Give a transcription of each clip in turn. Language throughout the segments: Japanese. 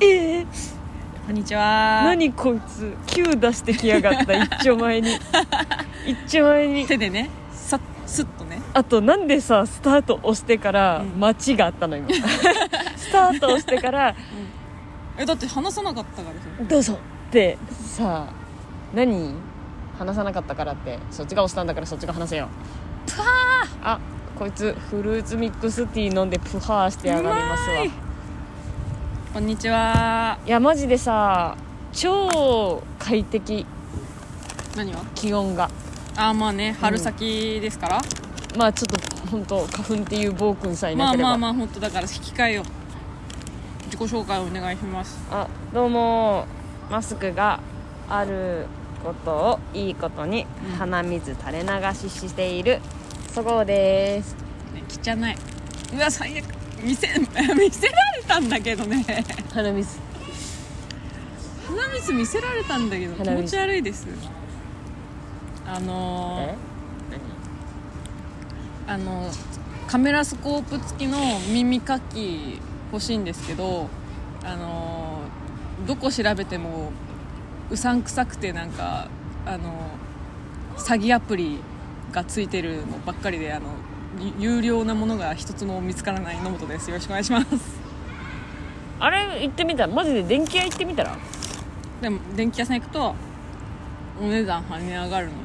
ええこんにちは何こいつ9出してきやが った一丁前に一丁前に手でねさすっとねあとなんでさスタート押してからうん待ちがあったの 今スタート押してからえだって話さなかったからでしょどうぞってさ何話さなかったからってそっちが押したんだからそっちが話せよあこいつフルーツミックスティー飲んでプハーしてやがりますわうまいいこんにちはやマジでさ超快適何は気温があーまあね春先ですから、まあちょっと本当花粉っていう暴君さえいまなあければ、まあまあ本当だから引き換えよ自己紹介お願いしますあどうもマスクがあることをいいことにうん鼻水垂れ流ししているそごうですね汚いうわ最悪見せ 見せられたんだけどね鼻水鼻水見せられたんだけど気鼻水持ち悪いですあのえー、あのカメラスコープ付きの耳かき欲しいんですけどあのーどこ調べてもうさんくさくてなんかあの詐欺アプリがついてるのばっかりであのゆ有料なものが一つも見つからない野本ですよろしくお願いしますあれ行ってみたらマジで電気屋行ってみたらでも電気屋さん行くとお値段跳ね上がるのよ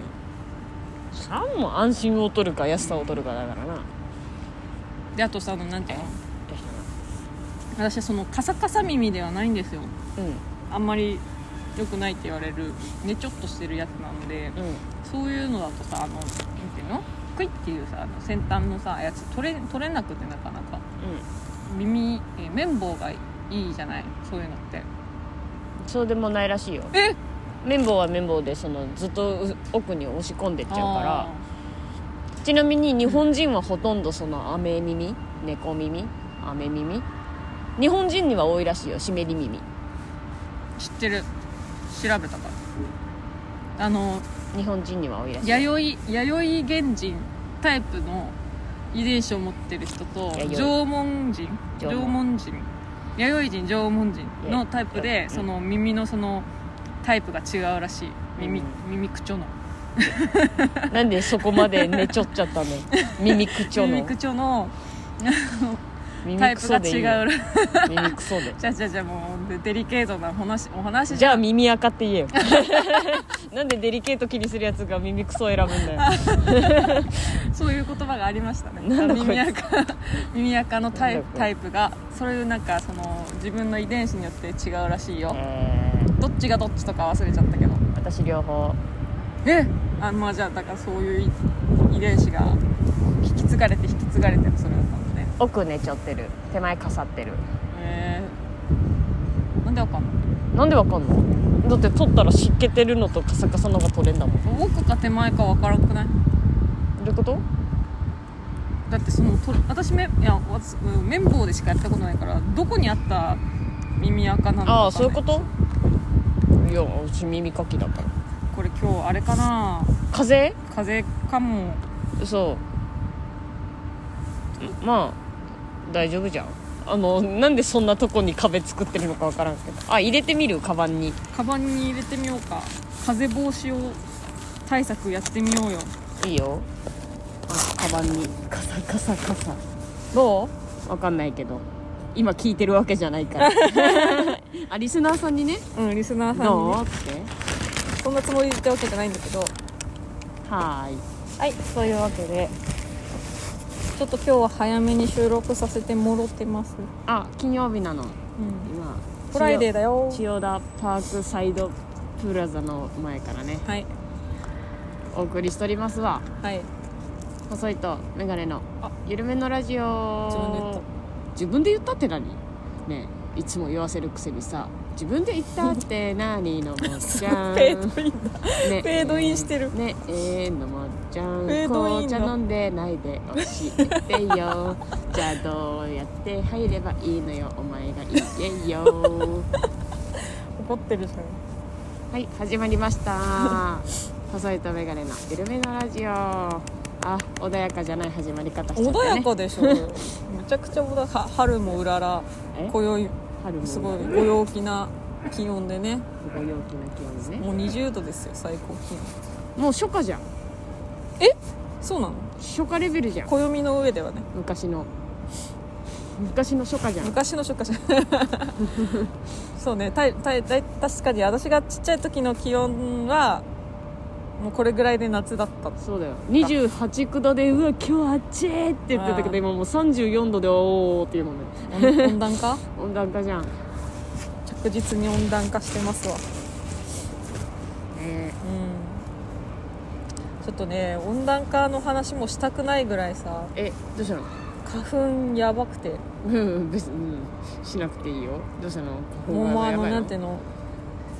さんも安心を取るか安さを取るかだからなであとさあのなんていうの私はそのカサカサ耳ではないんですようあんまり良くないって言われるねちょっとしてるやつなのでんうんそういうのだとさあのなんていうのクイッっていうさあの先端のさやつ取れ取れなくてなかなか耳えー綿棒がいいじゃないそういうのってそうでもないらしいよえっ綿棒は綿棒でそのずっとう奥に押し込んでっちゃうからちなみに日本人はほとんどその雨耳猫耳雨耳日本人には多いらしいよ湿り耳知ってる調べたからあの日本人には多いらしいよ弥生弥生原人タイプの遺伝子を持ってる人と弥生縄文人縄縄文文人弥生人縄文人のタイプうんでその耳のそのタイプが違うらしい耳,、うん耳口調のなんでそこまで寝ちょっちゃ ったの耳くちょ耳の口調のタ耳くイプそがでい違いうよらしい 耳くそでじゃあじゃあじゃあもうデデリケートなお話お話じゃあん耳垢って言えよ なんでデリケート気にするやつが耳くそ選ぶんだよそういう言葉がありましたねなんだこいつ耳 垢耳垢のタなイんだこプれタイプがそういうなんかその自分の遺伝子によって違うらしいよ、えどっちがどっちとか忘れちゃったけどー私両方えあまあじゃあだからそういう遺伝子が引き継がれて引き継がれてそれだったんだね奥寝ちゃってる手前かさってるへえなんでわかんないなんでわかんのだって取ったら湿気てるのとカサカサのが取れんだもんど奥か手前かわからなくないういうことだってそのと私めいや私うん綿棒でしかやったことないからどこにあった耳垢なのかあわあかそんういなうこといやうち耳かきだからこれ今日あれかな風邪風邪かもそうまあ大丈夫じゃんあのなんでそんなとこに壁作ってるのかわからんけどあ入れてみるカバンにカバンに入れてみようか風防止を対策やってみようよいいよあカバンにカサカサカサどうわかんないけど今聞いてるわけじゃない からあリスナーさんにねうんリスナーさんどにうってそんなつもりで言ったわけじゃないんだけどはーいはい、というわけでちょっと今日は早めに収録させてもろてます、あ金曜日なのうん、今フライデーだよ千代田パークサイドプラザの前からねはいお送りしておりますわはい細いとメガネのあゆるめのラジオ自分で言ったって何ねえいつも言わせるくせにさ自分で言ったって何のもっちゃん ペードインねフェードインしてるねえーのもっちゃんフェード紅イン茶だ飲んでないで教えてよじゃあどうやって入ればいいのよお前が言えよ怒ってるじゃんはい始まりました 細いとメガネのゆるめのラジオあ穏やかじゃない始まり方しちゃったね穏やかでしょめちゃくちゃ穏やかは春もうららえ今宵春もすごいご陽気な気温でねすごい陽気な気温ねもう20度ですよ最高気温もう初夏じゃんそうなの初夏レベルじゃん暦の上ではね昔の昔の初夏じゃん昔の初 夏じゃんそうねたいたいたい確かに私がちっちゃい時の気温はもうこれぐらいで夏だったそうだよ28九度でうわ今日あっちいって言ってたけあどー今もう34度でおおっていうもんね温温暖化温暖化じゃん着実に温暖化してますわえうんちょっとね温暖化の話もしたくないぐらいさー、えどうしたの花粉やばくてうん別に、うん、しなくていいよどうしたのもうもうあのなんていうの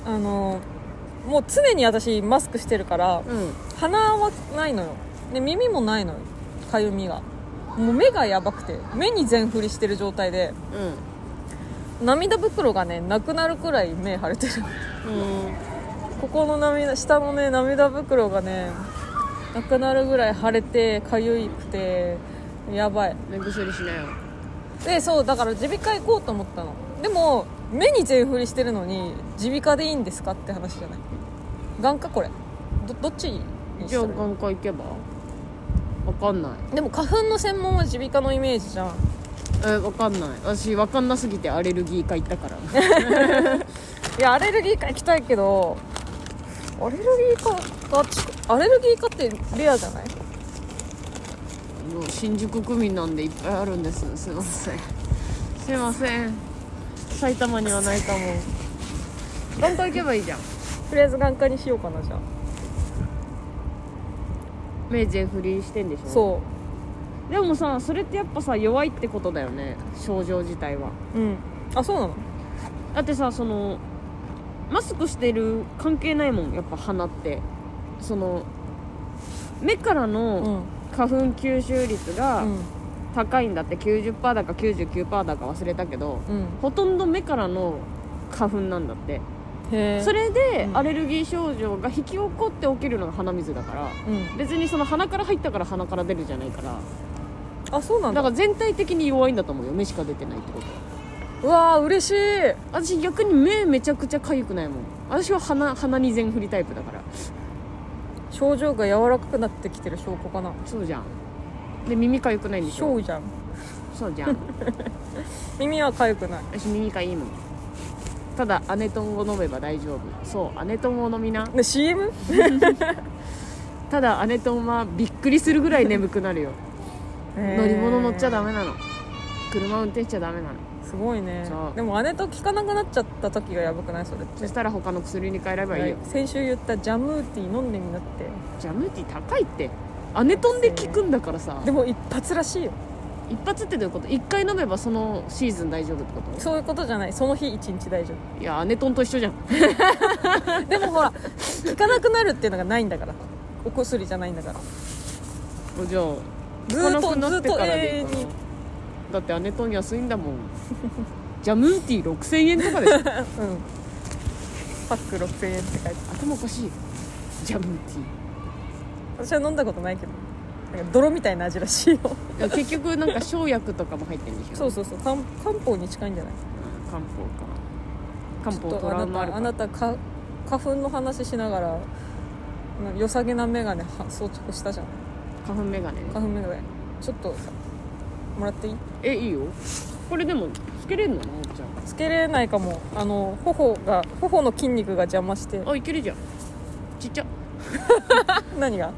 あのもう常に私マスクしてるからうん鼻はないのよで耳もないのよかゆみがもう目がやばくて目に全振りしてる状態で涙袋がねなくなるくらい目腫れてるうんここの涙下のね涙袋がねなくなるぐらい腫れてかゆいくてやばい目薬しなよでそうだから耳鼻科行こうと思ったのでも目に全振りしてるのに耳鼻科でいいんですかって話じゃない眼科これどどっちにじゃあする眼科行けばわかんないでも花粉の専門は耳鼻科のイメージじゃんえわかんない私わかんなすぎてアレルギー科行った からいやアレルギー科行きたいけどアレルギー科が近アレルギー科ってレアじゃないもう新宿区民なんでいっぱいあるんですすいませんすいません埼玉にはないかも眼科行けばいいじゃんとりあえず眼科にしようかなじゃあ目全振りしてんでしょそでもさそれってやっぱさ弱いってことだよね症状自体はううんあそうなのだってさそのマスクしてる関係ないもんやっぱ鼻ってその目からの花粉吸収率がうん高いんだって90%だか99%だか忘れたけどうんほとんど目からの花粉なんだってへえそれでうんアレルギー症状が引き起こって起きるのが鼻水だからうん別にその鼻から入ったから鼻から出るじゃないからあそうだなんかだら全体的に弱いんだと思うよ目しか出てないってことはうわー嬉しい私逆に目めちゃくちゃ痒くないもん私は鼻鼻に全振りタイプだから症状が柔らかくなってきてる証拠かなそうじゃんで耳痒くないんでしょ症じゃんそうじ ゃん耳は痒くない私耳がいいもんただアネトンを飲めば大丈夫そうアネトンを飲みなね CM? ただアネトンはびっくりするぐらい眠くなるよ乗り物乗っちゃダメメなの車運転しちゃダメなのすごいねそうでも姉と効かなくなっちゃった時がやばくないそれってそしたら他の薬に変えればいいよ先週言ったジャムーティー飲んでみなってジャムーティー高いってアネトンで効くんだからさでも一発らしいよ一発ってどういうこと一回飲めばそのシーズン大丈夫ってことそういうことじゃないその日一日大丈いやアネトンと一緒じゃん夫でもほら 効かなくなるっていうのがないんだからお薬じゃないんだからじゃあず行ーっかなくとずなっってかとら永でいい遠かなにだってアネトン安いんだもんジャムーティー6000円とかでしょうんパック6000円って書いてある頭おかしいジャムーテ私は飲んだことないけどなんか泥みたいな味らしいよィーいや結局なんか生薬とかも入ってるんでしょそうそうそう漢漢方に近いんじゃないうん漢方か漢ち方ょっトとラあウマあなるたからあなたか花粉の話しながらな良さげな眼鏡は装着したじゃん花粉メガネ花粉眼鏡ちょっとさもらっていいえいいよこれでもつけれんのなおっちゃつけれないかもあの頬が頬の筋肉が邪魔してんあいけるじゃんちっちゃ何が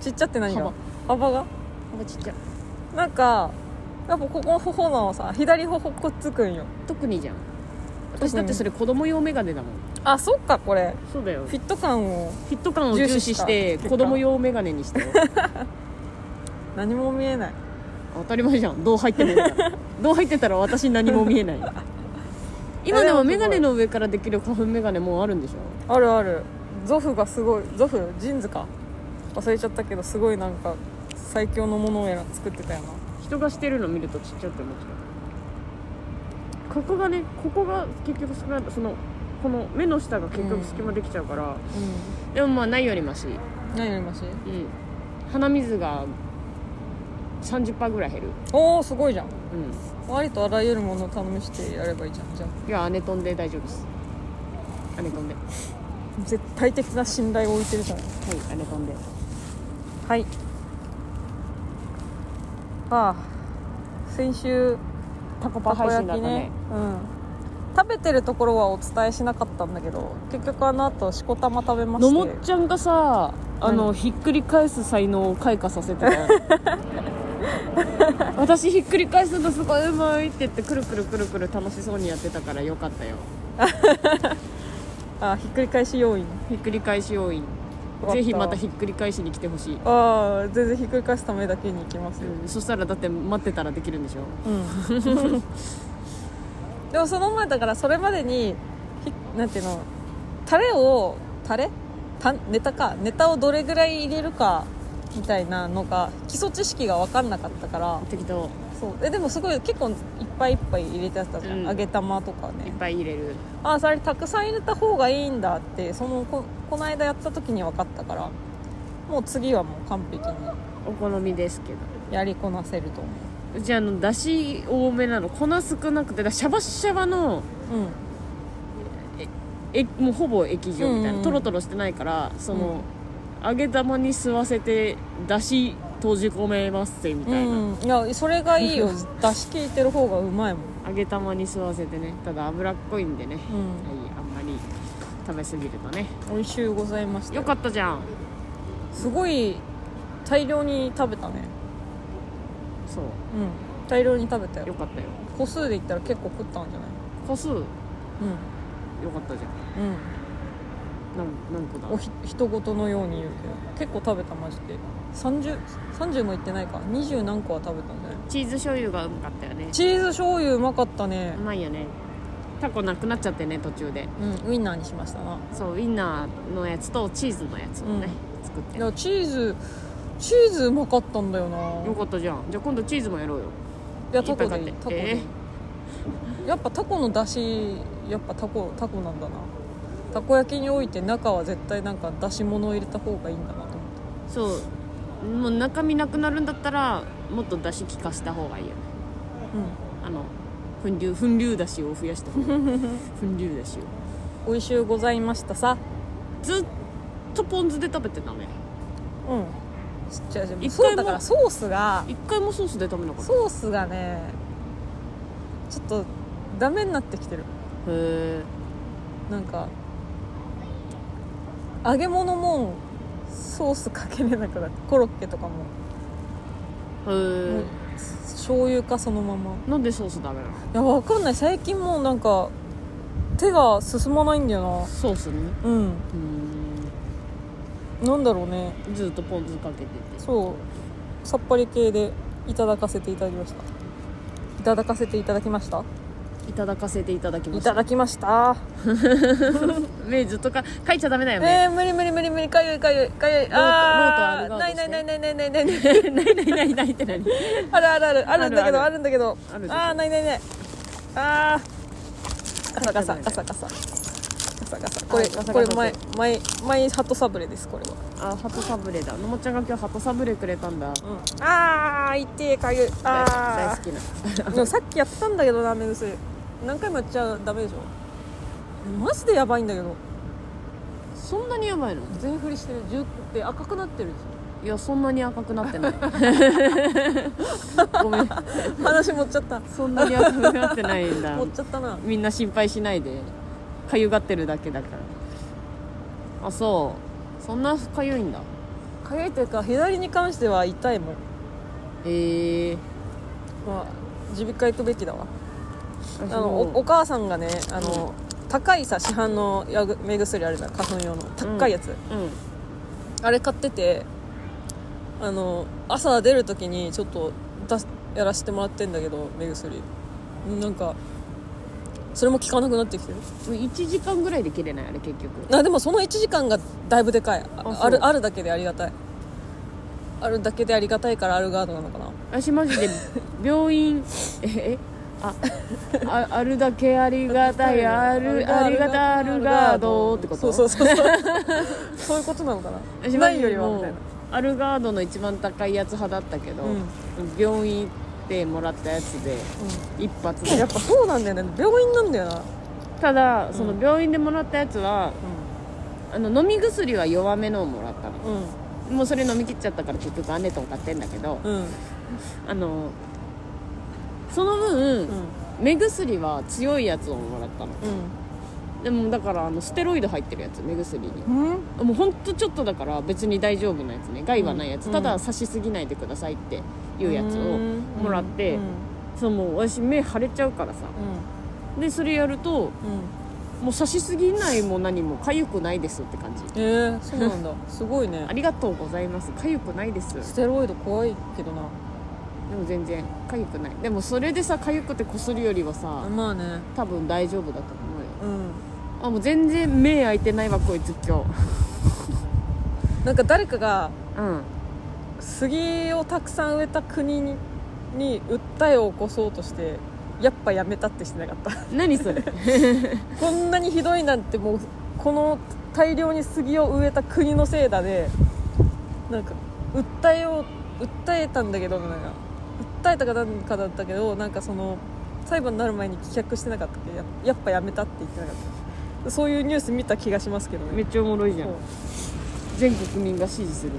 ちっちゃって何が幅幅があちっちゃなんかやっぱここの頬のさ左頬くっつくんよ特にじゃん私だってそれ子供用メガネだもんあそっかこれそうだよフィット感をフィット感を重視して重視した子供用メガネにしたよ何も見えない当たり前じゃんどう入ってもいいからどう入ってたら私何も見えない今でも眼鏡の上からできる花粉眼鏡もうあるんでしょあるあるゾフがすごいゾフジーンズか忘れちゃったけどすごいなんか最強のものをやら作ってたよな人がしてるの見るとちっちゃく思っちゃうここがねここが結局少ないそのこの目の下が結局隙間できちゃうから、でもまあないよりマシうんうん何よりマシ鼻水が30%ぐらい減るおおすごいじゃんうんありとあらゆるものを試してやればいいじゃんじゃいや姉飛んで大丈夫です姉飛んではあ絶対的な信頼を置いてるじゃないい姉飛んではいああ先週タコパたこ配焼信だっきたねねうん食べてるところはお伝えしなかったんだけど結局あの後しこたま食べましてのもっちゃんがさあの、何ひっくり返す才能を開花させてた よ私ひっくり返すのすごいうまいって言ってくるくるくるくる楽しそうにやってたからよかったよあひっくり返し要因ひっくり返し要員わかったぜひまたひっくり返しに来てほしい、ああ全然ひっくり返すためだけに行きますよ、うん、そしたらだって待ってたらできるんでしょうん でもその前だからそれまでにひなんていうのタレをタレたネタかネタをどれぐらい入れるかみたいなのが基礎知識が分かんなかったから適当そうえでもすごい結構いっぱいいっぱい入れてたじゃん、うん揚げ玉とかいっねぱい入れるああそれたくさん入れた方がいいんだってそのここの間やった時に分かったからもう次はもう完璧にお好みですけどやりこなせると思うちあのだし多めなの粉少なくてだからシャバシャバのううんえもうほぼ液状みたいな、うんうんトロトロしてないからその、揚げ玉に吸わせてだし閉じ込めますぜみたいな、うん、いやそれがいい よ出し効いてる方がうまいもん、揚げ玉に吸わせてねただ脂っこいんでね、うはん、いあんまり食べ過ぎるとね美味しゅうございましたよかったじゃんすごい大量に食べたねそううん大量に食べたよよかったよ個数で言ったら結構食ったんじゃない個数よかったじゃんうんうん何何個だおひ人ごとのように言うけど結構食べたマジで 30, 30もいってないか20何個は食べたんじゃないチーズ醤油がうまかったよねチーズ醤油うまかったねうまいよねタコなくなっちゃってね途中でうんウインナーにしましたなそうウインナーのやつとチーズのやつをね、作っていよやチーズチーズうまかったんだよなかったじゃんじゃあ今度チーズもやろうよいやタコでいいいっぱタコい買ってでいい、やっぱタコの出汁やっぱタコタコなんだなたこ焼きにおいて中は絶対なんか出し物を入れた方がいいんだなと思ってそうもう中身なくなるんだったらもっと出汁効かした方がいいよねあの粉流粉流だしを増やした方がいい粉流だしをうん美味しゅうございましたさずっとポン酢で食べてたねうんじゃあじゃあ一回もそうだからソースが一回もソースで食べなかったへソースがねちょっとダメになってきてるえなんか揚げ物もソースかけれなくなってコロッケとかも,、へもえう醤油かそのままなんでソースダメなのいやわかんない最近もうなんか手が進まないんだよソースになうんうーんなんだろうねずっとポン酢かけててそうさっぱり系でいただかせていただきましたいただかせていただきましたいただかせていただきまいしたただきました目ずっとか書いちゃダメだよね、えー、無理無理無理無理かゆいかゆいかゆいートあーロートあなりいがなというなねいないないないないないないないないないって何あるあるあるあるんだけどああるんだけどあるでしょあーないないないあーガサガ書サいガてなサガサガサガサこれあガサガサこれ前前前ハトサブレですこれはあハトサブレだのもちゃんが今日ハトサブレくれたんだうんあー痛えかゆい大大あ好きなーでもさっきやったんだけどな目薬何回もやっちゃダメでしょマジでやばいんだけどそんなにやばいの全振りしてる10って赤くなって るでしいやそんなに赤くなってない ごめんょ話持っちゃったそんなに赤くなってないんだ持っちゃったなみんな心配しないでかゆがってるだけだからあそうそんなかゆいんだかゆいというか左に関しては痛いもんええー、まあ耳鼻科行くべきだわあ私のもおお母さんがねあの、高いさ市販のやぐ目薬あるじゃん花粉用の高いやつ、うんあれ買っててあの朝出る時にちょっと出すやらせてもらってんだけど目薬なんかそれも効かなくなってきてる1時間ぐらいで切れないあれ結局あでもその1時間がだいぶでかいああそうあるあるだけでありがたいあるだけでありがたいからアルガードなのかな私マジで病院ええあああるだけありがたいあるありがたあるがどうってことそう そうそうそうそういうことなのかな私なマジいでよりはもみうたいなアルガードの一番高いやつ派だったけど、うん病院行ってもらったやつで一発やでっぱそうなんだよね病院なんだよな、ただその病院でもらったやつは、あの飲み薬は弱めのをもらったのうもうそれ飲み切っちゃったから結局アネトン買ってんだけどんうんあのその分、うん目薬は強いやつをもらったのでもだからあのステロイド入ってるやつ目薬にうんうんもうほんとちょっとだから別に大丈夫なやつね害はないやつ、うんただ刺しすぎないでくださいっていうやつをうんもらってうんそうもう私目腫れちゃうからさでそれやるとうんうんもう刺しすぎないも何も痒くないですって感じえー、そうなんだすごいねありがとうございます痒くないですステロイド怖いけどなでも全然痒くないでもそれでさ痒くてこするよりはさまあね多分大丈夫だと思うようんあもう全然目開いてないわこいつ今なんか誰かが日うん杉をたくさん植えた国にに訴えを起こそうとしてやっぱやめたってしてなかった何それこんなにひどいなんてもうこの大量に杉を植えた国のせいだでなんか訴えよう訴えたんだけどなんか訴えたかなんかだったけどなんかその裁判になる前に棄却してなかったっけややっぱやめたって言ってなかったそういうニュース見た気がしますけどねめっちゃおもろいじゃんそう全国民が支持する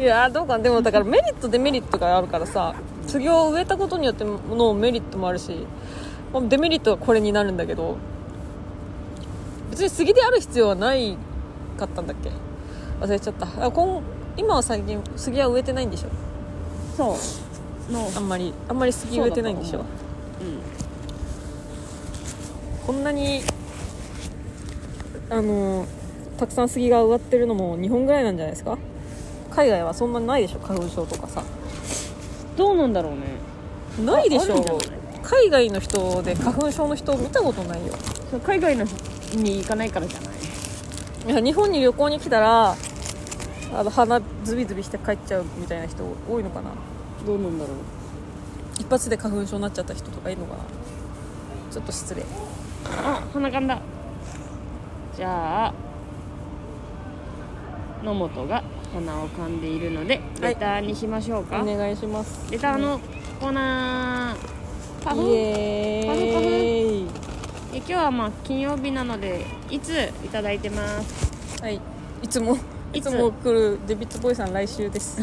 いやーどうかなでもだからメリットデメリットがあるからさ杉を植えたことによってのメリットもあるしまあデメリットはこれになるんだけど別に杉である必要はないかったんだっけ忘れちゃったあ今今は最近杉は植えてないんでしょそうのあんまりあんまり杉植えてないんでしそょうだうんこんなにあのーたくさん杉が植わってるのも日本ぐらいなんじゃないですか海外はそんなにないでしょ花粉症とかさどうなんだろうねないでしああょるんじゃない海外の人で花粉症の人見たことないよそう海外のに行かないからじゃないいや日本に旅行に来たらあの鼻ズビズビして帰っちゃうみたいな人多いのかなどうなんだろう一発で花粉症になっちゃった人とかいるのかなちょっと失礼あ鼻かんだじゃあ野本が鼻を噛んでいるのではレいターにしましょうか、お願いしますレターのコーナーパフイえエパフーイ今日はまあ金曜日なのでいついただいてますはいいつもいいつつも来るデビッドボーイさん来週 です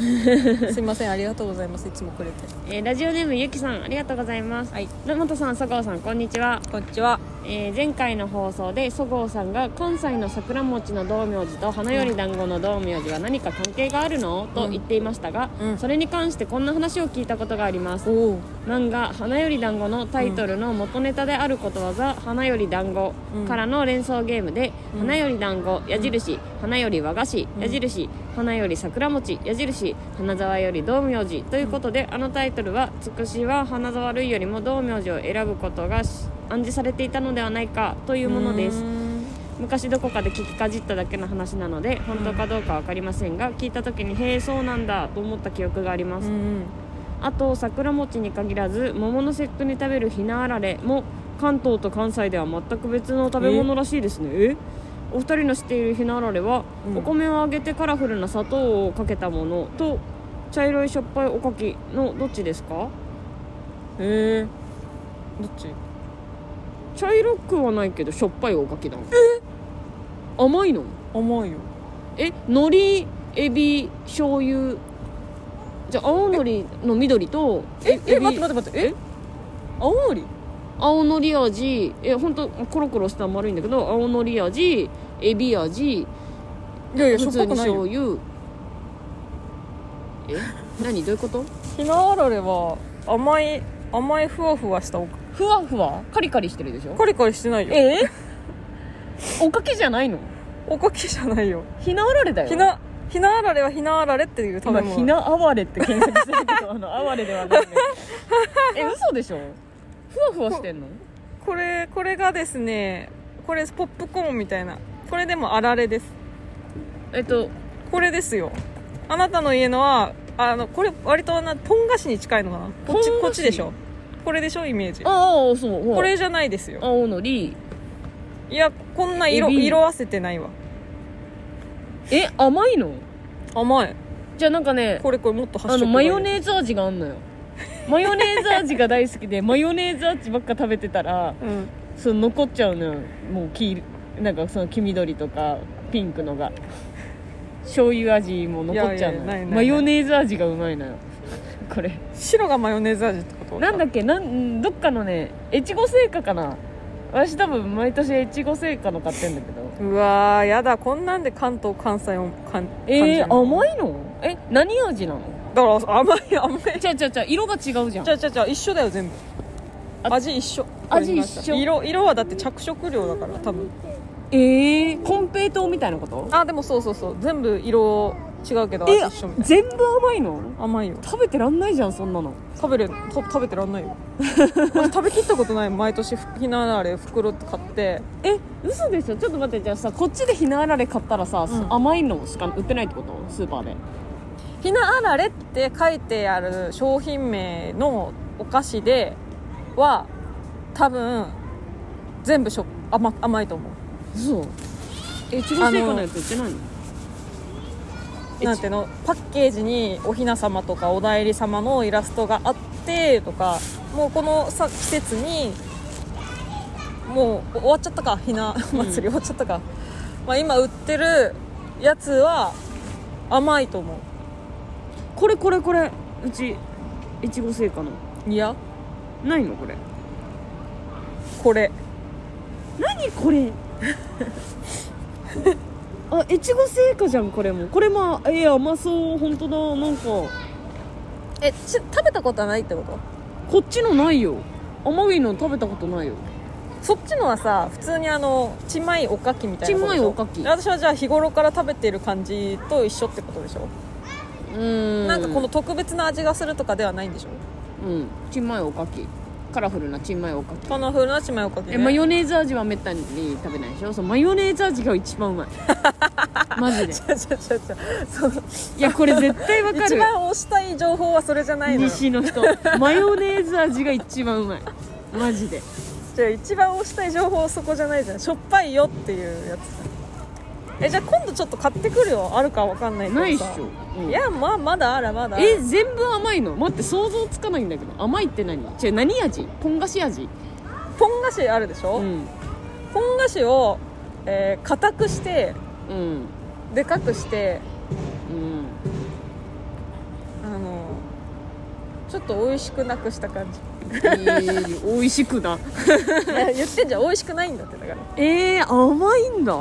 すいませんありがとうございますいつもくれてえーラジオネームゆきさんありがとうございますはい野本さん佐川さんこんにちはこんにちはえー前回の放送でそごうさんが関西の桜餅の道明寺と花より団子の道明寺は何か関係があるのと言っていましたが、うんそれに関してこんな話を聞いたことがありますおお漫画「花より団子のタイトルの元ネタであることわざ「花より団子うんからの連想ゲームで「うん花より団子矢印花より和菓子うん矢印花より桜餅矢印花沢より道明寺」ということであのタイトルは「つくしは花沢類よりも道明寺を選ぶことがし暗示されていたのではないか」というものです昔どこかで聞きかじっただけの話なので本当かどうか分かりませんが聞いた時に「へえそうなんだ」と思った記憶がありますう。んあと桜餅に限らず桃の節句に食べるひなあられも関東と関西では全く別の食べ物らしいですねえお二人の知っているひなあられは、うんお米を揚げてカラフルな砂糖をかけたものと茶色いしょっぱいおかきのどっちですかへえどっち茶色くはないけどしょっぱいおかきだ甘いの甘いよえ海苔エビ醤油じゃあ青のりの緑とええエビ待って待って待ってえ青のり青のり味え本当コロコロした丸いんだけど青のり味エビ味いやいやしょ普っぱ通くにない醤よ油え何どういうことひなあられは甘い甘いふわふわしたおふわふわカリカリしてるでしょカリカリしてないよえおかきじゃないのおかきじゃないよひなあられだよひなひなあられはひなあられっていう食べ今物ひなあわれって検索してるけどあ の哀れではないねえ嘘でしょふわふわしてんのこれこれがですねこれポップコーンみたいなこれでもあられですえっとこれですよあなたの家のはあのこれ割となトン菓子に近いのかなポこっン菓ち子こっちでしょこれでしょイメージああそうほらこれじゃないですよ青のりいやこんな色エビ色あせてないわえ甘いの甘いじゃあなんかねこれこれもっとあ発の色マヨー ネーズ味があんのよマヨネーズ味が大好きでマヨネーズ味ばっか食べてたらうんその残っちゃうのよもう黄色なんかその黄緑とかピンクのが醤油味も残っちゃうのよいやいやないないないマヨネーズ味がうまいのよこれ白がマヨネーズ味ってことなんだっっけなんどっかのね越後製菓かな私多分毎年越後製菓の買ってんだけどけうわーやだこんなんで関東関西を感えー、甘いいのえ何味なのだから甘い甘いちゃちゃちゃ色が違うじゃんじゃじゃじゃ一緒だよ全部あ味一緒味一緒色色はだって着色料だから多分ええー、コンペイトーみたいなことあでもそうそうそう全部色違うけど味一緒みたいえ全部甘いのな甘いよ食べてらんないじゃんそんなの食べれと食べてらんな いよ私食べきったことない毎年ひなあれ袋買ってえ嘘でしょちょっと待ってじゃあさこっちでひなあられ買ったらさ、うん甘いのしか売ってないってことスーパーでひなあられって書いてある商品名のお菓子では多分全部しょ甘甘いと思うそうえちご製菓のやつ売ってないのえなんていうのパッケージにお雛様とかお内裏様のイラストがあってとかもうこのさ季節にもう終わっちゃったかひな祭り終わっちゃったか、まあ、今売ってるやつは甘いと思これこれこれうちいちご製菓のういやないのこれこれ何これ あいちご製菓じゃんこれもこれもえー、甘そう本当だなんかえち食べたことはないってことこっちのないよ甘いの食べたことないよそっちのはさ普通にあのちんまいおかきみたいなことでしちんょまいおかき私はじゃあ日頃から食べてる感じと一緒ってことでしょ、うんなんかこの特別な味がするとかではないんでしょうんちんまいおかきカラフルなちんまいおかきこの風なちんまいおかき、ね、えマヨネーズ味はめったに食べないでしょそうマヨネーズ味が一番うまいマジでちゃちゃちゃちゃ そのいやこれ絶対わか一る番推したい情報はそれじゃないのよ西の人マヨネーズ味が一番うまいマジでじゃあ一番推したい情報はそこじゃないじゃんしょっぱいよっていうやつえじゃあ今度ちょっと買ってくるよあるかわかんないけどさないっしょ、うんいやまあまだあらまだあらえ全部甘いの待って想像つかないんだけど甘いって何違う何味ポン菓子味ポン菓子あるでしょ、うんポン菓子を、えー硬くしてうんでかくしてうんあのちょっと美味しくなくした感じえー、美味しくないや 言ってんじゃん美味しくないんだってだからえー、甘いんだ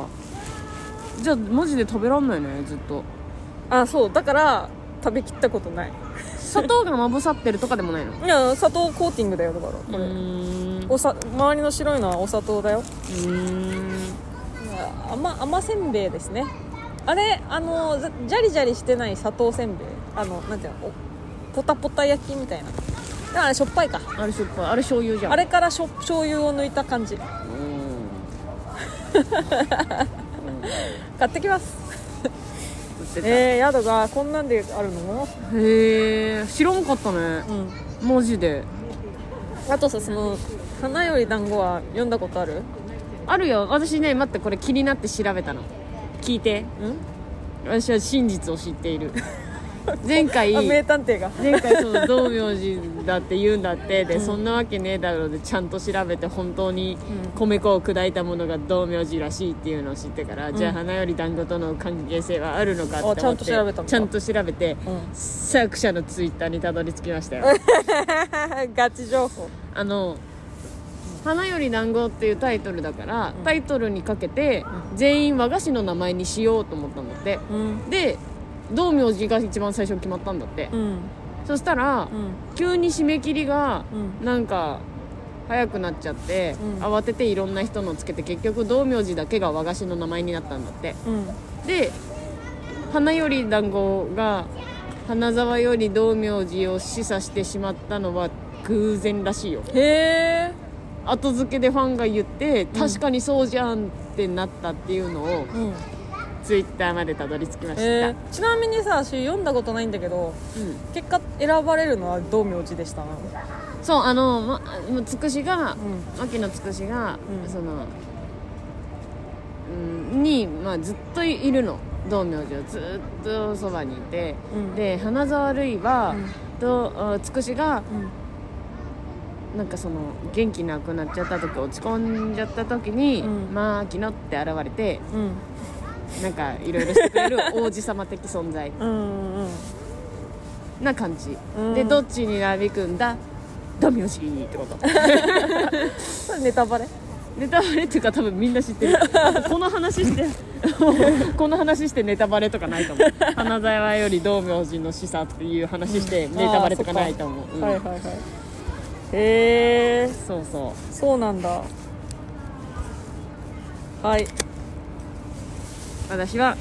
じゃあマジで食べらんないねずっとあそうだから食べきったことない砂糖がまぶさってるとかでもないのいや砂糖コーティングだよだからこれ、うんおさ周りの白いのはお砂糖だようん甘甘せんべいですねあれあのざジャリジャリしてない砂糖せんべいあのなんていうのおポタポタ焼きみたいなだからしょっぱいかあれしょっぱいあれ醤油じゃんあれからしょ醤油を抜いた感じうん買ってきます売ってたへえー、宿がこんなんであるのえ知らんかったねうんマジであとさその花より団子は読んだことあるんあるよ私ね待ってこれ気になって調べたの聞いて私は真実を知って いる前回あ名前探偵が回その道明寺だって言うんだってで、そんなわけねえだろうでちゃんと調べて本当に米粉を砕いたものが道明寺らしいっていうのを知ってから、じゃあ花より団子との関係性はあるのかって思ってあちゃんと調べたんだちゃんと調べて、うん作者のツイッターにたどり着きましたよ ガチ情報あの「花より団子」っていうタイトルだから、タイトルにかけて、全員和菓子の名前にしようと思ったんだって、うんで道明寺が一番最初決まったんだって、うんそしたら、うん急に締め切りがうんなんか早くなっちゃって、うん慌てていろんな人のつけて結局道明寺だけが和菓子の名前になったんだってうんで花より団子が花沢より道明寺を示唆してしまったのは偶然らしいよへえ後付けでファンが言って確かにそうじゃんってなったっていうのをうんツイッターまでたどり着きました、えーちなみにさ私読んだことないんだけどうん結果選ばれるのは道明寺でしたなそうあの、ま、つくしが、う牧野つくしが、うんその、うん、に、まあ、ずっといるの道明寺をずっとそばにいて、うんで花沢類は、うんとあつくしがうんなんかその元気なくなっちゃった時落ち込んじゃった時に、うんまあ昨日って現れてうんなんかいろいろしてく れる王子様的存在うんうんな感じ、うんでどっちになびくんだダミオシーってことネタバレネタバレっていうか多分みんな知って るこの話 してこの話してネタバレとかないと思う花沢より道明寺の示唆っていう話してネタバレとかないと思う、うんはいはいはいへえそうそうそうなんだはい私は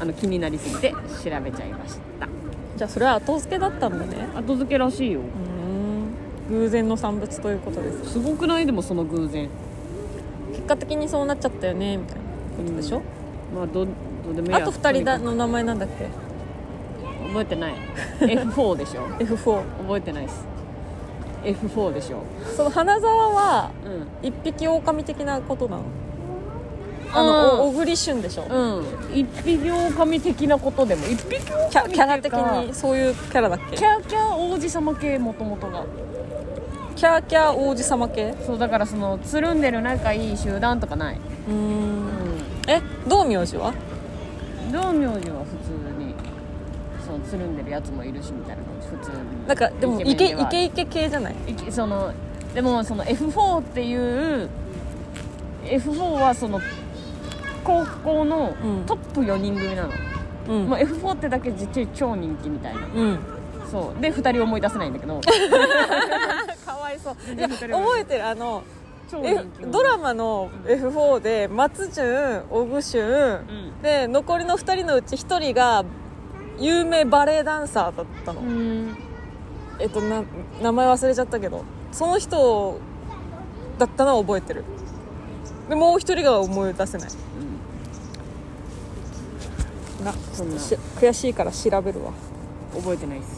あの気になりすぎて調べちゃいましたじゃあそれは後付けだったんだね後付けらしいようん偶然の産物ということですすごくないでもその偶然結果的にそうなっちゃったよねみたいなことでしょ、まあどどうでもいいやあと2人とだにかの名前なんだっけく覚えて ない F4 でしょ F4 覚えてないっす F4 でしょその花沢はうん一匹狼的なことなのああののお小栗旬でしょ、うん一匹狼的なことでも一匹狼キャキャラ的っていうにかそういうキャラだっけキャーキャー王子様系もともとがキャーキャー王子様系そうだからそのつるんでる仲いい集団とかないうんうえ道明寺はん道明寺は普通にそのつるんでるやつもいるしみたいな感じ普通になんかでもイイケメンケではイケイケ系じゃないいきそのでもその F4 っていう F4 はその高校のうんトップ4人組なの、うんまあ、F4 ってだけ実は超人気みたいなうんそうで2人思い出せないんだけど かわいそうい然や二人は覚えてるあの超え人気ドラマの F4 で松潤小具旬うんで残りの2人のうち1人が有名バレエダンサーだったの、うんえっとな名前忘れちゃったけどその人だったのは覚えてるでもう1人が思い出せないなそんなし悔しいから調べるわ覚えてないです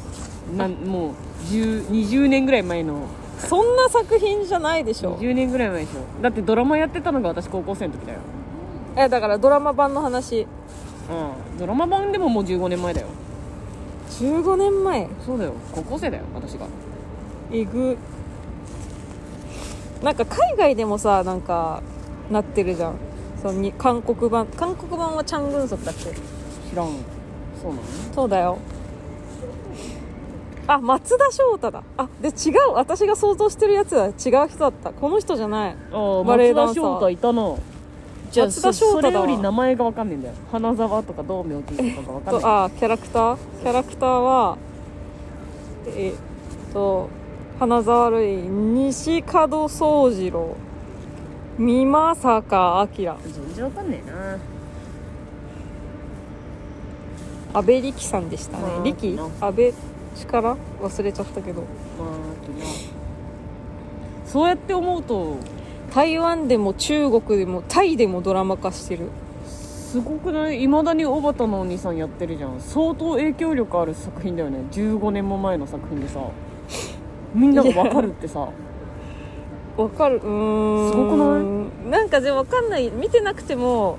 なんもう10 20年ぐらい前のそんな作品じゃないでしょ10年ぐらい前でしょだってドラマやってたのが私高校生の時だよえだからドラマ版の話うんドラマ版でももう15年前だよ15年前そうだよ高校生だよ私がえぐなんか海外でもさなんかなってるじゃんそのに韓国版韓国版はチャン・グンソクだっけ知らんそうなのそうだよあ松田翔太だあで違う私が想像してるやつは違う人だったこの人じゃないああバレエ松ダ田ンサー翔太いたなじゃあ松田そ翔太それよよりり名名前が分かんねえんだよ花沢とか道明寺とかが分かんないとあキャラクターキャラクターはえっと花沢類西門宗次郎美坂明全然分かんねえな安倍力さんでしたねあー力な安倍力忘れちゃったけどまあとなそうやって思うと台湾でも中国でもタイでもドラマ化してるすごくないいまだに小畑のお兄さんやってるじゃん相当影響力ある作品だよね15年も前の作品でさみんなが分かるってさわかるうーんすごくないなんかでもわかんない見てなくても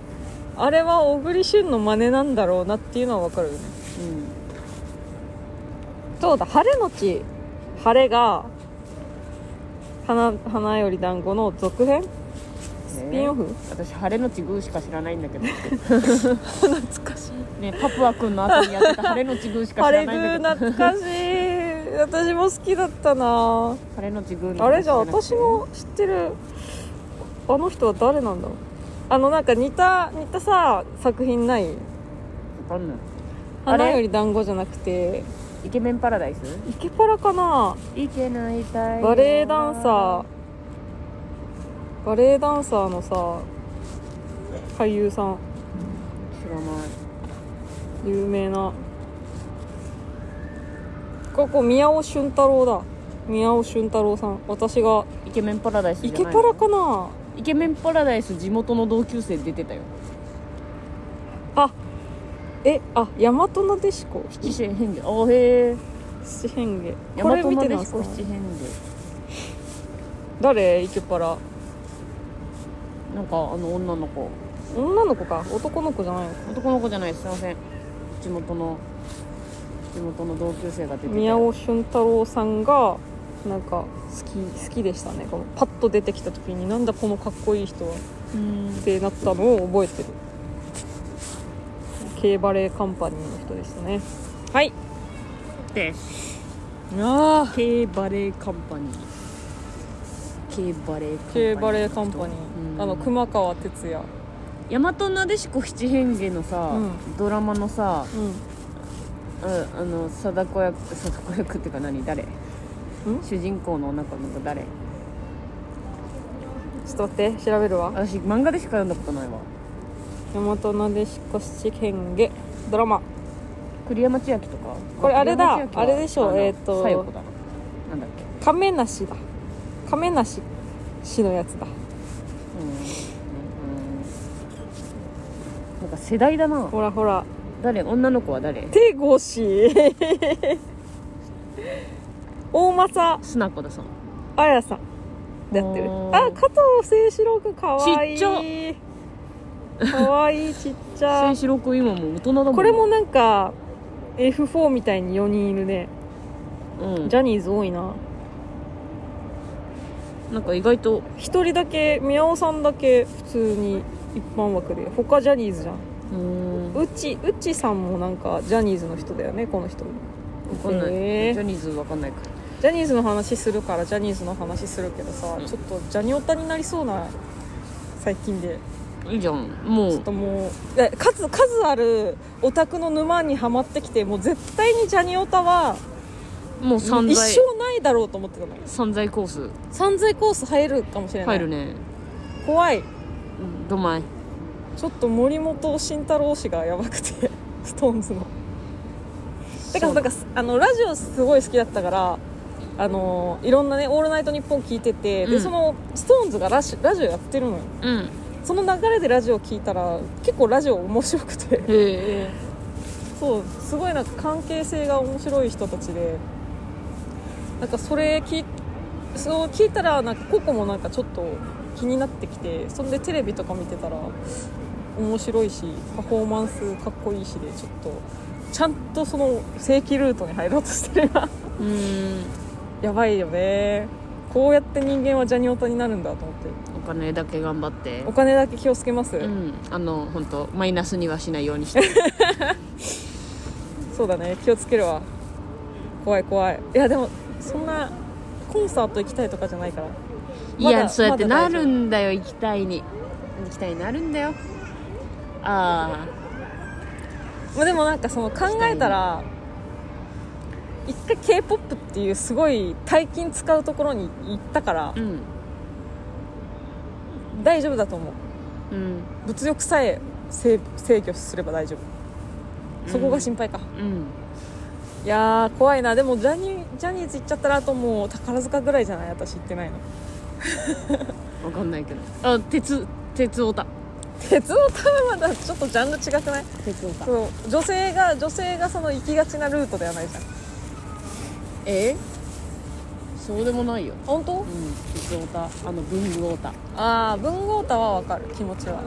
あれは小栗旬の真似なんだろうなっていうのはわかるよねうそうだ晴れのち晴れが花花より団子の続編んスピンオフ私晴れのちグーしか知らないんだけど、懐かしいね、パプア君の後にやってた晴れのちグーしか知晴られなぐいんだーけど懐かし い私も好きだったな晴れのちグーのあれじゃあ話私じゃなくての知ってるあの人は誰なんだろうあのなんか似た似たさ作品ない分かんないあれ花より団子じゃなくてイケメンパラダイスイケパラかないけないたいバレエダンサーバレエダンサーのさ俳優さん知らない有名なここ宮尾俊太郎だ宮尾俊太郎さん私がイケメンパラダイスじゃイないケパラかなイケメンパラダイス地元の同級生出てたよあえあ大和なでしこ七変化あへえ七変化大こ和れ見なてでないでしすこか七変誰イケパラ化なんかあの女の子女の子か男の子じゃないのか男の子じゃないすいません地元の地元の同級生が出てき宮尾俊太郎さんがなんか好き好きでしたねこのパッと出てきた時になんだこのかっこいい人はってなったのを覚えてる K バレーカンパニーの人でしたねはいですあ K バレーカンパニー K バレーカンパニー K バレーカンパニうんーあの熊川哲也大和なでしこ七変化のさ、うんドラマのさ、ううん、あの貞子役貞子役っていうか何誰主人公の女の子誰んちょっと待って調べるわ私漫画でしか読んだことないわ大和なでしこ七変化ドラマ栗山千明とかこれあれだ栗山千明はあれでしょのえーっと小夜子だなんだっけ亀梨だ亀梨氏のやつだうん、うんなんか世代だなほらほら誰女の子は誰手越し 大政砂子ださん彩さんでやってるおーあ加藤清志郎くんかわいいちかわいいちっちゃ清志郎君今もう大人だもんこれもなんか F4 みたいに4人いるねうんジャニーズ多いななんか意外と一人だけ宮尾さんだけ普通に一般枠で他ジャニーズじゃんうーんわうちうちさんもなんかジャニーズの人だよねこの人かんない、へージャニーズわかんないからジャニーズの話するからジャニーズの話するけどさ、うんちょっとジャニオタになりそうな最近でいいじゃんもちょっうともういや数数あるオタクの沼にはまってきてもう絶対にジャニオタはもう一散財生ないだろうと思ってたの散財コース散財コース入るかもしれない入るね怖いうんどまいちょっと森本慎太郎氏がやばくて ストーンズのだからそうなんかあのラジオすごい好きだったからあのいろんなね「オールナイトニッポン」聞いてて、うでんそのストーンズがラジラジオやってるのようんその流れでラジオ聞いたら結構ラジオ面白くてへえそうすごいなんか関係性が面白い人たちでなんかそれ聞いそう聞いたらなんかココもなんかちょっと気になってきてそんでテレビとか見てたら面白いしパフォーマンスかっこいいしでちょっとちゃんとその正規ルートに入ろうとしてるな うーんやばいよねこうやって人間はジャニオタになるんだと思ってお金だけ頑張ってお金だけ気をつけます、うんあの本当マイナスにはしないようにしてそうだね気をつけるわ怖い怖いいやでもそんなコンサート行きたいとかじゃないからいや、まだそうやってまなだ大丈夫るんだよ行きたいに行きたいになるんだよあまあでもなんかその考えたら一回 k p o p っていうすごい大金使うところに行ったからあうん大丈夫だと思ううん物欲さえ制制御すれば大丈夫そこが心配か、うんいやー怖いなでもジャニジャニーズ行っちゃったらあともう宝塚ぐらいじゃない私行ってないのわかんないけどあ鉄鉄オタ鉄のためまだちょっとジャンル違くない鉄オタそう女性が女性がその行きがちなルートではないじゃんえそうでもないよ本当うん鉄オタあの文具オタああ文豪太はわかる気持ちは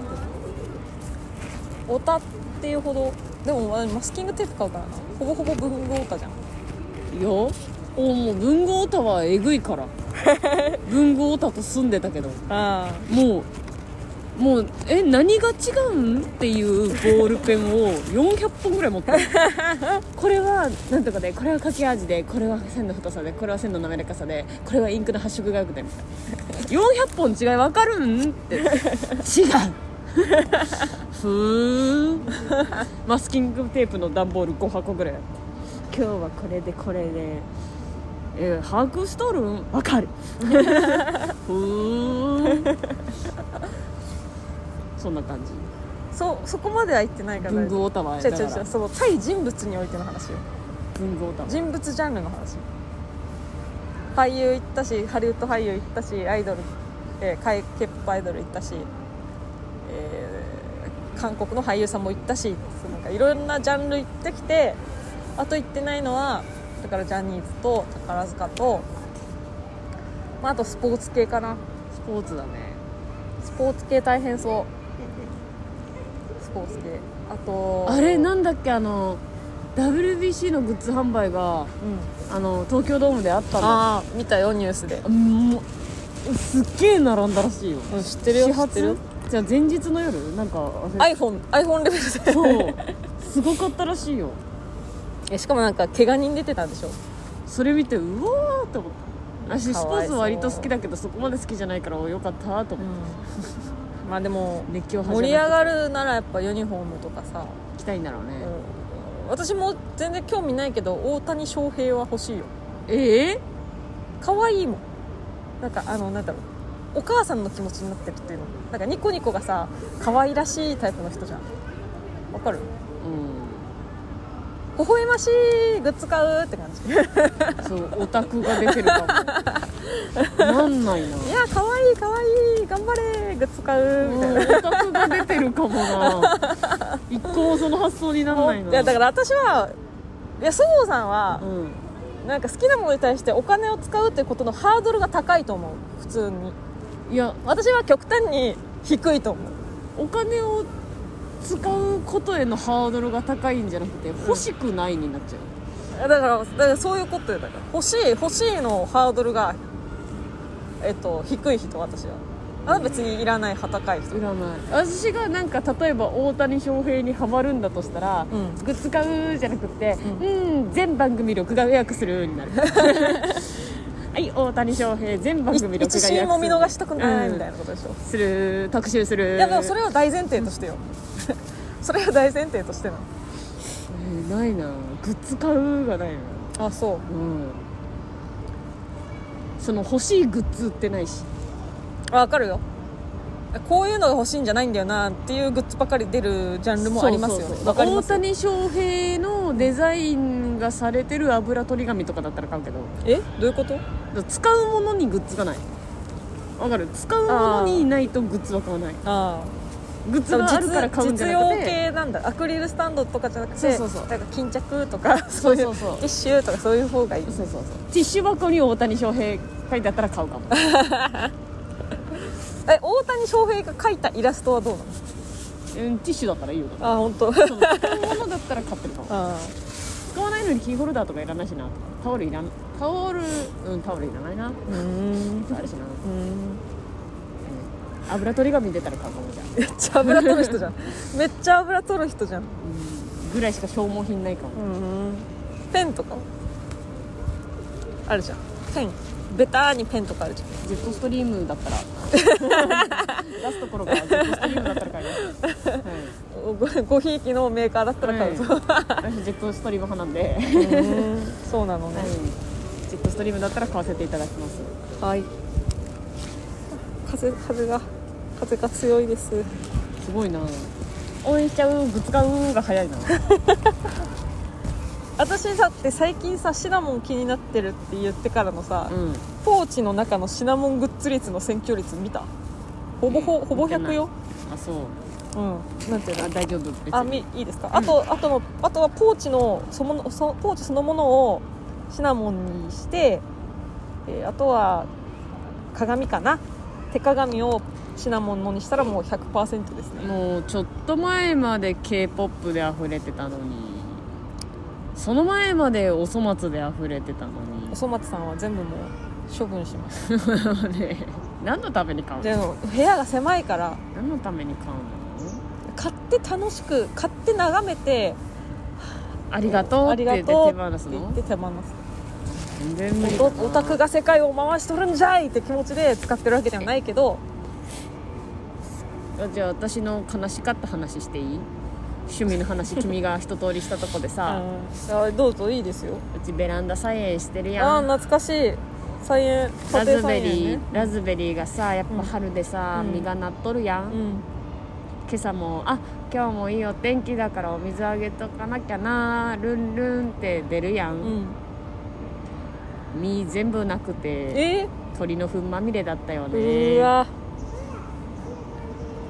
オタっていうほどでもあマスキングテープ買うからなほぼほぼ文豪太じゃんよおもう文豪オタはえぐい から文豪オタと住んでたけどあもうもうえ何が違うんっていうボールペンを400本ぐらい持 ってるこれはなんとかでこれは書き味でこれは線の太さでこれは線の滑らかさでこれはインクの発色が良くてみ たいな400本違い分かるんって違う ふーんマスキングテープの段ボール5箱ぐらいあって今日はこれでこれで、えー把握しとるん分かる ふーんそんな感じあそうそこまでは行ってないから文大具丈オタは夫だ違うか違う違うらその対人物においての話よ文具オタは人物ジャンルの話俳優行ったしハリウッド俳優行ったしアイドル、えー、カイケップアイドル行ったし、えー韓国の俳優さんも行ったしそうなんかいろんなジャンル行ってきてあと行ってないのはだからジャニーズと宝塚と、まあ、あとスポーツ系かなスポーツだねスポーツ系大変そうスポーツ系あとあれなんんだっけあの WBC のグッズ販売があの東京ドームであったのああ見たよニュースでもうすっげえ並んだらしいようん知ってるよ始知って発るじゃあ前日の夜なんか忘れ iPhone, iPhone レベルでそうすごかったらしいよえしかもなんか怪我人出てたんでしょそれ見てうわーって思った私スかポわーいツそう割と好きだけどそこまで好きじゃないからおよかったと思って、まあでも熱狂盛り上るがるならやっぱユニフォームとかさ、行きたいんだろうね、うん私も全然興味ないけど大谷翔平は欲しいよええ可愛いもんなんかあのなんだろうお母さんの気持ちになってるっていうのなんかニコニコがさ可愛らしいタイプの人じゃんわかる微笑ましいグッズ買うって感じいやうんそうオタクが出てるかもなんないな可愛い可愛い頑張れグッズ買うみたいなうんオタクが出てるかもな一個もその発想にならないないやだから私はいやそごうさんはう、んなんか好きなものに対してお金を使うってことのハードルが高いと思う普通にいや私は極端に低いと思うお金を使うことへのハードルが高いんじゃなくて欲しくないになっちゃう、だからだからそういうことよだから欲しい欲しいのハードルがえっと低い人私はあ別にいらないは高い人占い私がなんか例えば大谷翔平にハマるんだとしたら、うんグッズ買うじゃなくてう、うん全番組録画予約するに なるはい大谷翔平全番組い録一画予シーン約も見逃したくないうんみたいなことでしょ、する特集するいやでもそれは大前提としてよ それは大前提としてなえーないなグッズ買うがないなあそううんその欲しいグッズ売ってないしわかるよこういうのが欲しいんじゃないんだよなっていうグッズばかり出るジャンルもありますよそうそうねそうわかりま大すよ谷翔平のデザインがされてる油取り紙とかだったら買うけどえどういうこと使うものにグッズがないわかる使うものにないとグッズは買わないああグッズがあるから買うんじゃなく実用て系なんだアクリルスタンドとかじゃなくてそうそうそうなんか巾着とかそそううそいううそうティッシュとかそういう方がいいそうそうそうティッシュ箱に大谷翔平書いてあったら買うかもえ大谷翔平が描いたイラストはどうなのうんティッシュだったらいいよとか あ本当その使うものだったら買ってるかもあ使わないのにキーホルダーとかいらないしなとかタオルいらんタオルうんタオルいらないなーうーんあるしなうーん油取り紙出たら買うかもじゃんめっちゃ油取る人じゃん めっちゃ油取る人じゃんぐらいしか消耗品ないかもうんペンとかあるじゃんペンベターにペンとかあるじゃんジェットストリームだったら出すところがジェットストリームだったら買います、はい、ご ごひいきのメーカーだったら買うぞ、私ジェットストリーム派なんで、そうなのねジェットストリームだったら買わせていただきますはい風風が風が強いですすごいな応援しちゃうグッズ買うが早いな私だって最近さシナモン気になってるって言ってからのさ、うんポーチの中のシナモングッズ率の選挙率見たほぼほほぼ100よあそううんなんていうのあ大丈夫別にあみいいですか、あとあとのあとはポーチのそのそポーチそのものをシナモンにして、えーあとは鏡かな手鏡をシナモンのにしたらもう100%ですねもうちょっと前まで k p o p で溢れてたのにその前までお粗末で溢れてたのにおそ松さんは全部もう処分しまし たね何のために買うでのも部屋が狭いから何のために買うの買って楽しく買って眺めてありがとうあっりて言がって手とう放すって言のって手放全然無理すだなおオタクが世界を回しとるんじゃいって気持ちで使ってるわけではないけどじゃあ私の悲しかった話していい趣味の話君が一通りしたとこであさ、あどうぞいいですようちベランダ菜園してるあやあん懐かしい菜園ラ家庭ズベ菜リー、園ねラズベリーがさやっうんぱ春でさ、うん実がなっとるやん、う今ん朝も「あ今日もいいお天気だからお水あげとかなきゃなルンルン」って出るや、うんん実全部なくてえ鳥の糞まみれだったよー、うねわ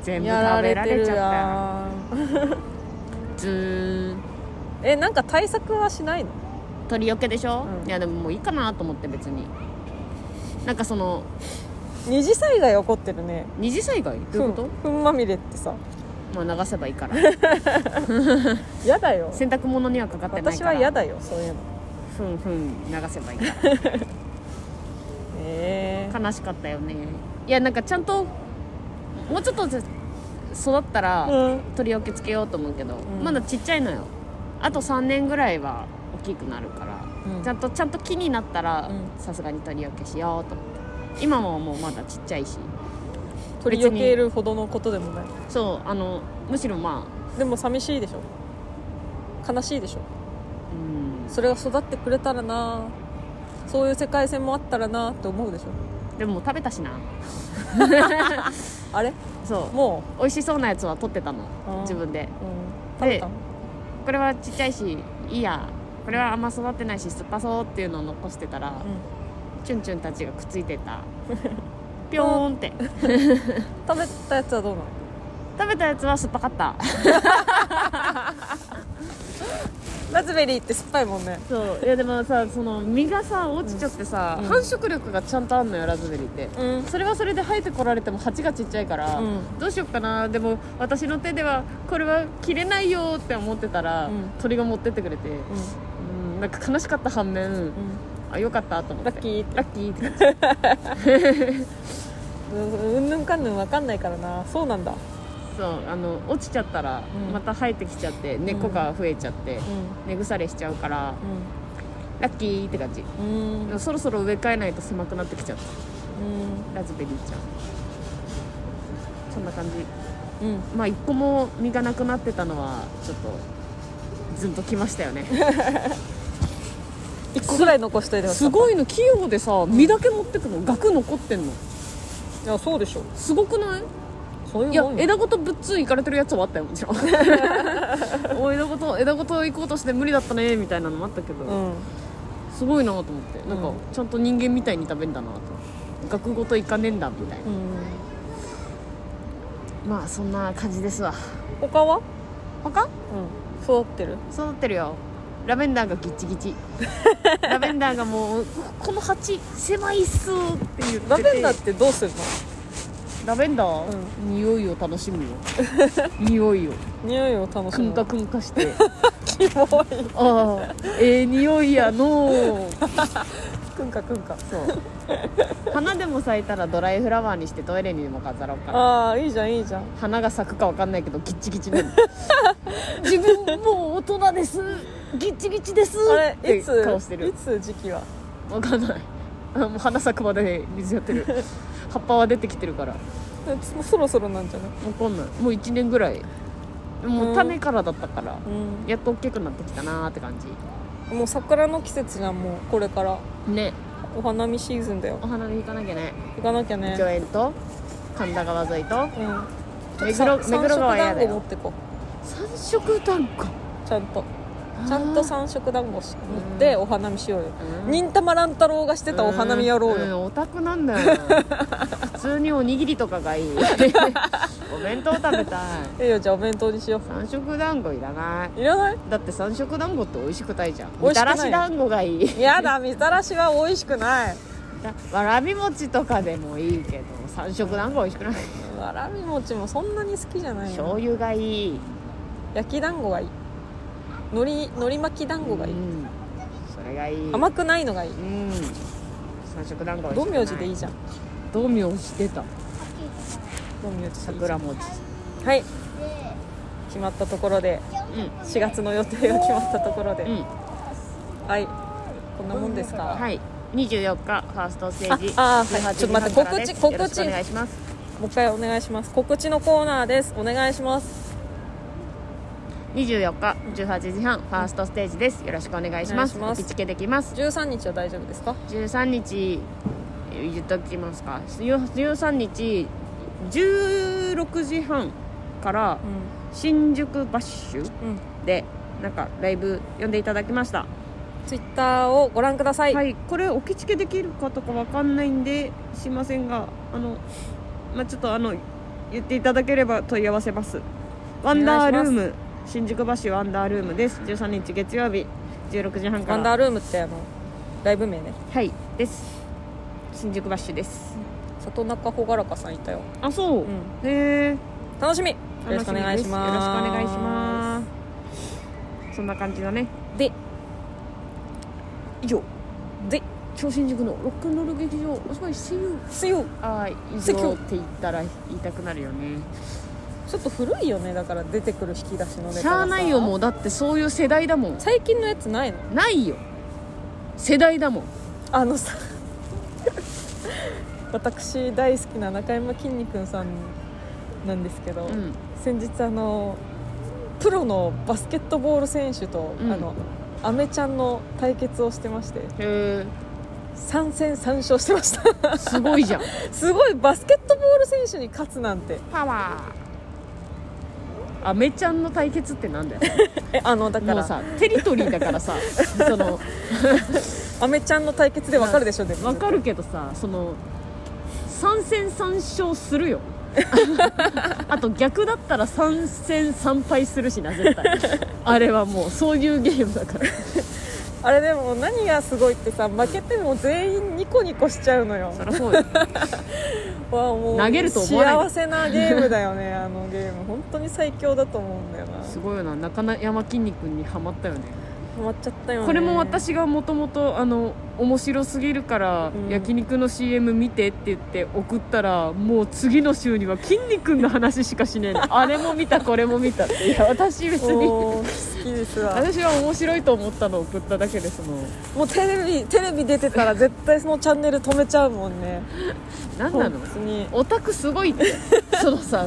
全部やら食べれらてれるちゃっわたずーんえなんか対策はしないの鳥よけでしょ、うんいやでももういいかなと思って別になんかその二次災害起こってるね二次災害どういうことふんふんまみれってさまあ流せばいい から嫌だよ洗濯物にはかかってない私からは嫌だよそういうのふんふん流せばいいかえら悲しかったよねいやなんかちゃんともうちょっとで育ったら、えうん取り分けつけようと思うけど、んまだちっちゃいのよあと3年ぐらいは大きくなるから、うんちゃんとちゃんと木になったらうさすがに取り分けしようと思って今ももうまだちっちゃいし取り避けるほどのことでもないそうあのむしろまあでも寂しいでしょ悲しいでしょうんそれが育ってくれたらなそういう世界線もあったらなって思 うでしょでももう食べたしなあれそうも美味しそうなやつは取ってたのうん自分でう、うん、食べたのこれはちっちゃいしいいやこれはあんま育ってないし酸っぱそうっていうのを残してたら、うんチュンチュンたちがくっついて たピョーンって食べたやつはどうなの食べたやつは酸っぱかったラズベリーって酸っぱいもんねそういやでもさその実がさ落ちちゃってさ、うん繁殖力がちゃんとあんのよラズベリーってうんそれはそれで生えてこられても鉢がちっちゃいから、うんどうしよっかなでも私の手ではこれは切れないよって思ってたら、うん鳥が持ってってくれて、うん、なんか悲しかった反面、うあよかったと思ってラッキーってラッキーって感じ んうんうんぬんかんぬんわかんないからなそうなんだそうあの落ちちゃったらうんまた生えてきちゃって、根っこが増えちゃって、根腐れしちゃうからうラッキーって感じんうんうんそろそろ植え替えないと狭くなってきちゃったラズベリーちゃんそんな感じうんまあ一個も実がなくなってたのはちょっとずんときましたよね1個ぐらい残 しといてほしいすごいの器用でさ実だけ持ってくの額残ってんのいやそうでしょすごくないそういいうやもんよ枝ごとぶっついかれてるやつはあったよもちろん お枝ごと枝ごと行こうとして無理だったねみたいなのもあったけど、うんすごいなと思ってなんかうんちゃんと人間みたいに食べんだなと額ごといかねえんだみたいな、うんまあそんな感じですわ他は他うん育ってる育ってるよラベンダーがギッチギ チラベンダーがもうこの鉢狭いっすって言っててラベンダーってどうするラベンダー、匂いを楽しむ よ匂いをの匂いを楽しくむんかくんかしてキモいああええ匂いやのーくんかくんかそう花でも咲いたらドライフラワーにしてトイレにでも飾ろうかなああいいじゃんいいじゃん花が咲くかわかんないけどギッチギチな の自分もう大人ですギッチギチですあっれていつ顔してるいつ時期はわかんないあもう花咲くまで水やって る葉っぱは出てきてるからそそろそろなんじゃないわかんないもう1年ぐらいもう種からだったから、うやっと大きくなってきたなーって感じんもう桜の季節じゃんもうこれからねお花見シーズンだよお花見行かなきゃね行かなきゃね御苑と神田川沿いとうん目黒さ目黒川やだ三色団子持よってこ三色団子うちゃんとちゃんと三色団子し持ってお花見しようようん忍たま乱太郎がしてたお花見やろうよんんオタクなんだよ 普通におにぎりとかが いいお弁当食べたいええよじゃあお弁当にしよ三色団子いらないういらないだって三色団子って美味しくないじゃん美み味したくないらし団子がい いやだみたらしは美味しくないわらび餅とかでもいいけど三色団子美味しくないわらび餅もそんなに好きじゃない醤よ油がいい焼き団子がいい海苔海苔巻き団子がいいうんそれがいい甘くないのがいいうん三色団子美味し道くない明寺でいいじゃん道明寺してた道明寺でいいじゃん桜餅はい決まったところで4月の予定が決まったところで、うんうんはいこんなもんですか、はい24日ファーストステージああはい18ちょっと待って時半からです告知よろしく告知お願いしますもう一回お願いします告知のコーナーですお願いします24日18時半ファーストステージですよろしくお願いしますお願いします受付できます13日は大丈夫ですか13日え言っときますか13日16時半からう新宿バッシュん、うん、でなんかライブ呼んでいただきましたツイッターをご覧ください、はい、これおき付けできるかとかわかんないんでしませんがあのまあちょっとあの言っていただければ問い合わせますワンダールーム新宿橋ワンダールームです13日月曜日16時半からワンダールームってあのライブ名ねはいです新宿橋です里中朗らかさんいたよ、あそう、うん、へえ楽しみよろしくお願いしますよろしくお願いしますそんな感じだねで以上で超新塾のロックンロール劇場おしまい See you す水曜ああ以説上教って言ったら言いたくなるよねちょっと古いよねだから出てくる引き出しのネタがさしゃあないよもうだってそういう世代だもん最近のやつないのないよ世代だもんあのさ 私大好きな中山きんに君さんなんですけど、うん先日あのプロのバスケットボール選手と、うんあのアメちゃんの対決をしてましてへ3戦3勝してました えすごいじゃんすごいバスケットボール選手に勝つなんてパワーアメちゃんの対決って なんだよえあのだかもうらさテリトリーだから さそのアメちゃんの対決でわかるでしょでもわかるけどさその3戦3勝す るよあと逆だったら3戦3敗するしな絶対 あれはもうそういうゲームだからあれでも何がすごいってさ負けても全員ニコニコしちゃうのよそりゃそうよわあもう投げると思わない幸せなゲームだよね あのゲーム本当に最強だと思うんだよなすごいよな中山きんに君にはまったよねハマっちゃったよねこれも私がもともとあの面白すぎるからうん焼肉の CM 見てって言って送ったらもう次の週には筋肉の話しかしねえ のあれも見たこれも見たっていや私別におー好きですわ私は面白いと思ったのを送っただけでそのもうテレビテレビ出てたら絶対そのチャンネル止めちゃうもんね何な本の 当にオタクすごいって そのさ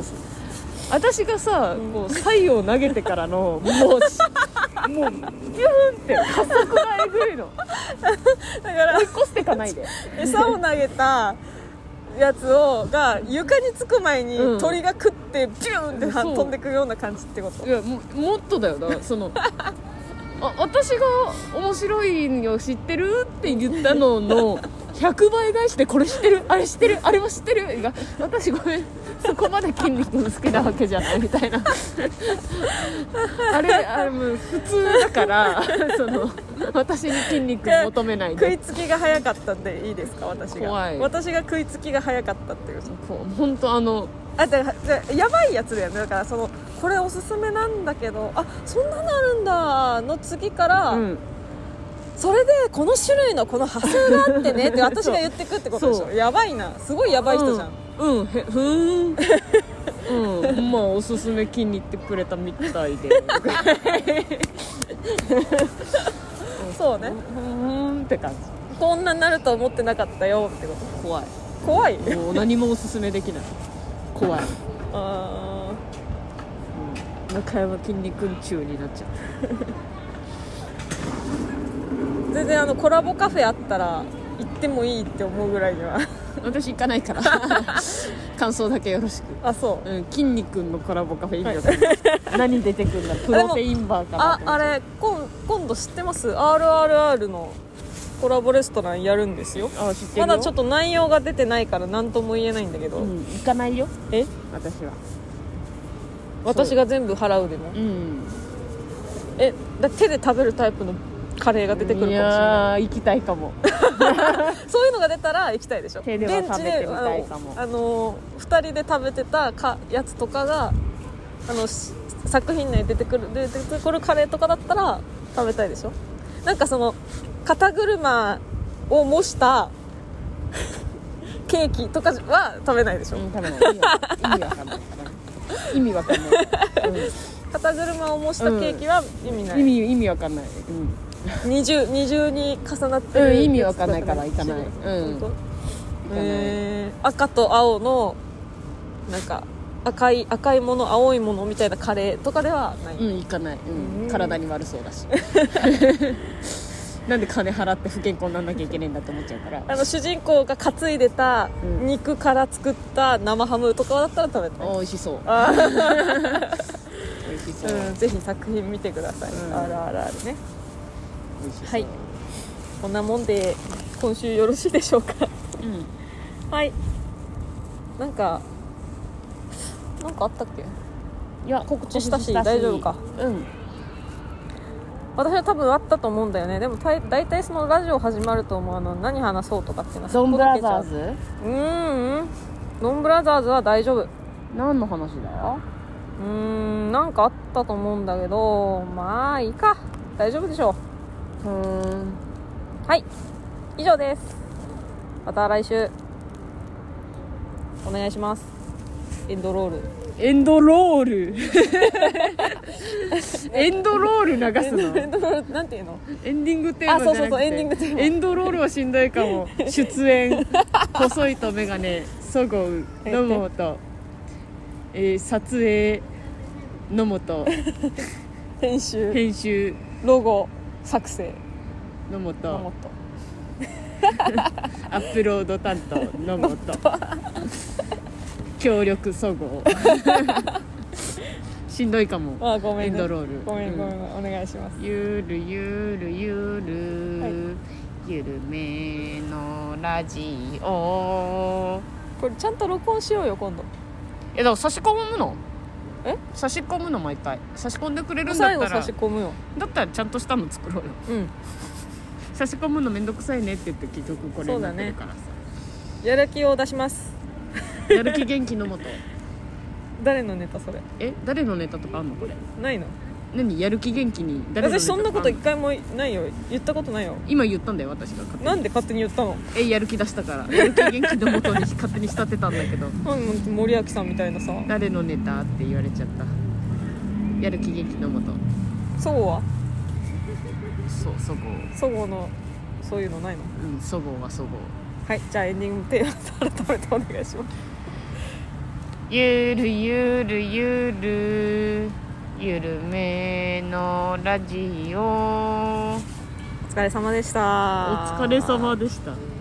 私がさんこう菜を投げてからのもうしもうビューンって加速がえぐい のだから追い越してかないで餌を投げたやつをが床につく前にうん鳥が食ってビューンってはそう飛んでくような感じってこといやももっとだよだ からそのあ私が面白いの知ってるって言ったのの100倍返してこれ知ってるあれ知ってるあれも知ってるが私ごめんそこまで筋肉好きなわけじゃないみたいなあれあれもう普通だからその私に筋肉求めない食いでつきが早かったんでいいですか私が怖い私が食いつきが早かったっていう本当あのあだからだやばいやつだよねだからそのこれおすすめなんだけどあそんなのあるんだの次から、うんそれでこの種類のこの派生があってね って私が言ってくってことでしそょやばいなすごいやばい人じゃん、うん、うん、へふーんうんまあおすすめ気に入ってくれたみたいでそうねふーんって感じこんなになると思ってなかったよってこと怖い怖いもう何もおすすめできない怖い、あうん、中山筋肉中になっちゃうー全然あのコラボカフェあったら行ってもいいって思うぐらいに は私行かないから 感想だけよろしくあそううん、筋肉のコラボカフェ意味わかんない、何出てくるんだプロテインバーかなあと思あってれこん今度知ってます RRR のコラボレストランやるんですよあ知ってるよまだちょっと内容が出てないから何とも言えないんだけど、うん、行かないよえ私は私が全部払うでもうんえだ手で食べるタイプのカレーが出てくるかもしれないやー行きたいかもいそういうのが出たら行きたいでしょ手では食べてみたいかも現地であのあの2人で食べてたかやつとかがあのし作品内に出てくる出てくるカレーとかだったら食べたいでしょなんかその肩車を 模したケーキとかは食べないでしょ、うん、食べない。意味わかんない。意味わかんない。肩車を模したケーキは意味ない、意味意味わかんない。うん。二重二重に重なってうる、ん意味わかんないから行かないうん本当行かないえー赤と青のなんか赤い赤いもの青いものみたいなカレーとかではない、うん、行かない。う。うんん体に悪そうだし。なんで金払って不健康にならなきゃいけないんだって思っちゃうから。あの主人公が担いでたうん肉から作った生ハムとかだったら食べたい、美味しそう。あ美味しそう。ーうん、ぜひ作品見てください、うんあるあるあるね美味しそう。はいこんなもんで今週よろしいでしょうかうん。はいなんかなんかあったっけいや告知したし大丈夫か。うん。私は多分あったと思うんだよねでもたい大体そのラジオ始まると思うあの何話そうとかっていうのはゾンブラザーうズ。ーんノンブラザーズは大丈夫何の話だうーんなんかあったと思うんだけどまあいいか大丈夫でしょふーんうはい以上ですまた来週お願いしますエンドロールエンドロール エンドロール流すエのンドロールなんていうのエンディングテーマじゃなくてあそうそうそうエンディングテーマエンドロールはしんどいか も出演細いと眼鏡そごう野本、えー、撮影野本編集編集ロゴ作成野のもっ本とアップロード担当野本協力そ ごうしんどいかもあごめん、エンドロールごめんごめん、うお願いしますゆるゆるゆる、はいゆるめのラジオこれちゃんと録音しようよ今度えだから差し込むのえ差し込むの毎回差し込んでくれるんだ最っ後たら差し込むよだったらちゃんとしたの作ろうようん差し込むのめんどくさいねって言って結局これそうになだってねるからさ、やる気を出しますやる気元気のもと 誰のネタそれえ誰のネタとかあんのこれないの何何やる気元気に誰のネタ私そんなことあ一の回もないよ言ったことないよ今言ったんだよ私が勝手になんで勝手に言ったのえやる気出したからやる気元気のもとに 勝手に仕立てたんだけどなんで森脇さんみたいなさ誰のネタって言われちゃったやる気元気のもとそごうはそうそごうそごうのそういうのないのうんそごうはそごうはいじゃあエンディングテーマ改めてお願いしますゆるゆるゆるゆるめのラジオおお疲れ様でした疲れ様でした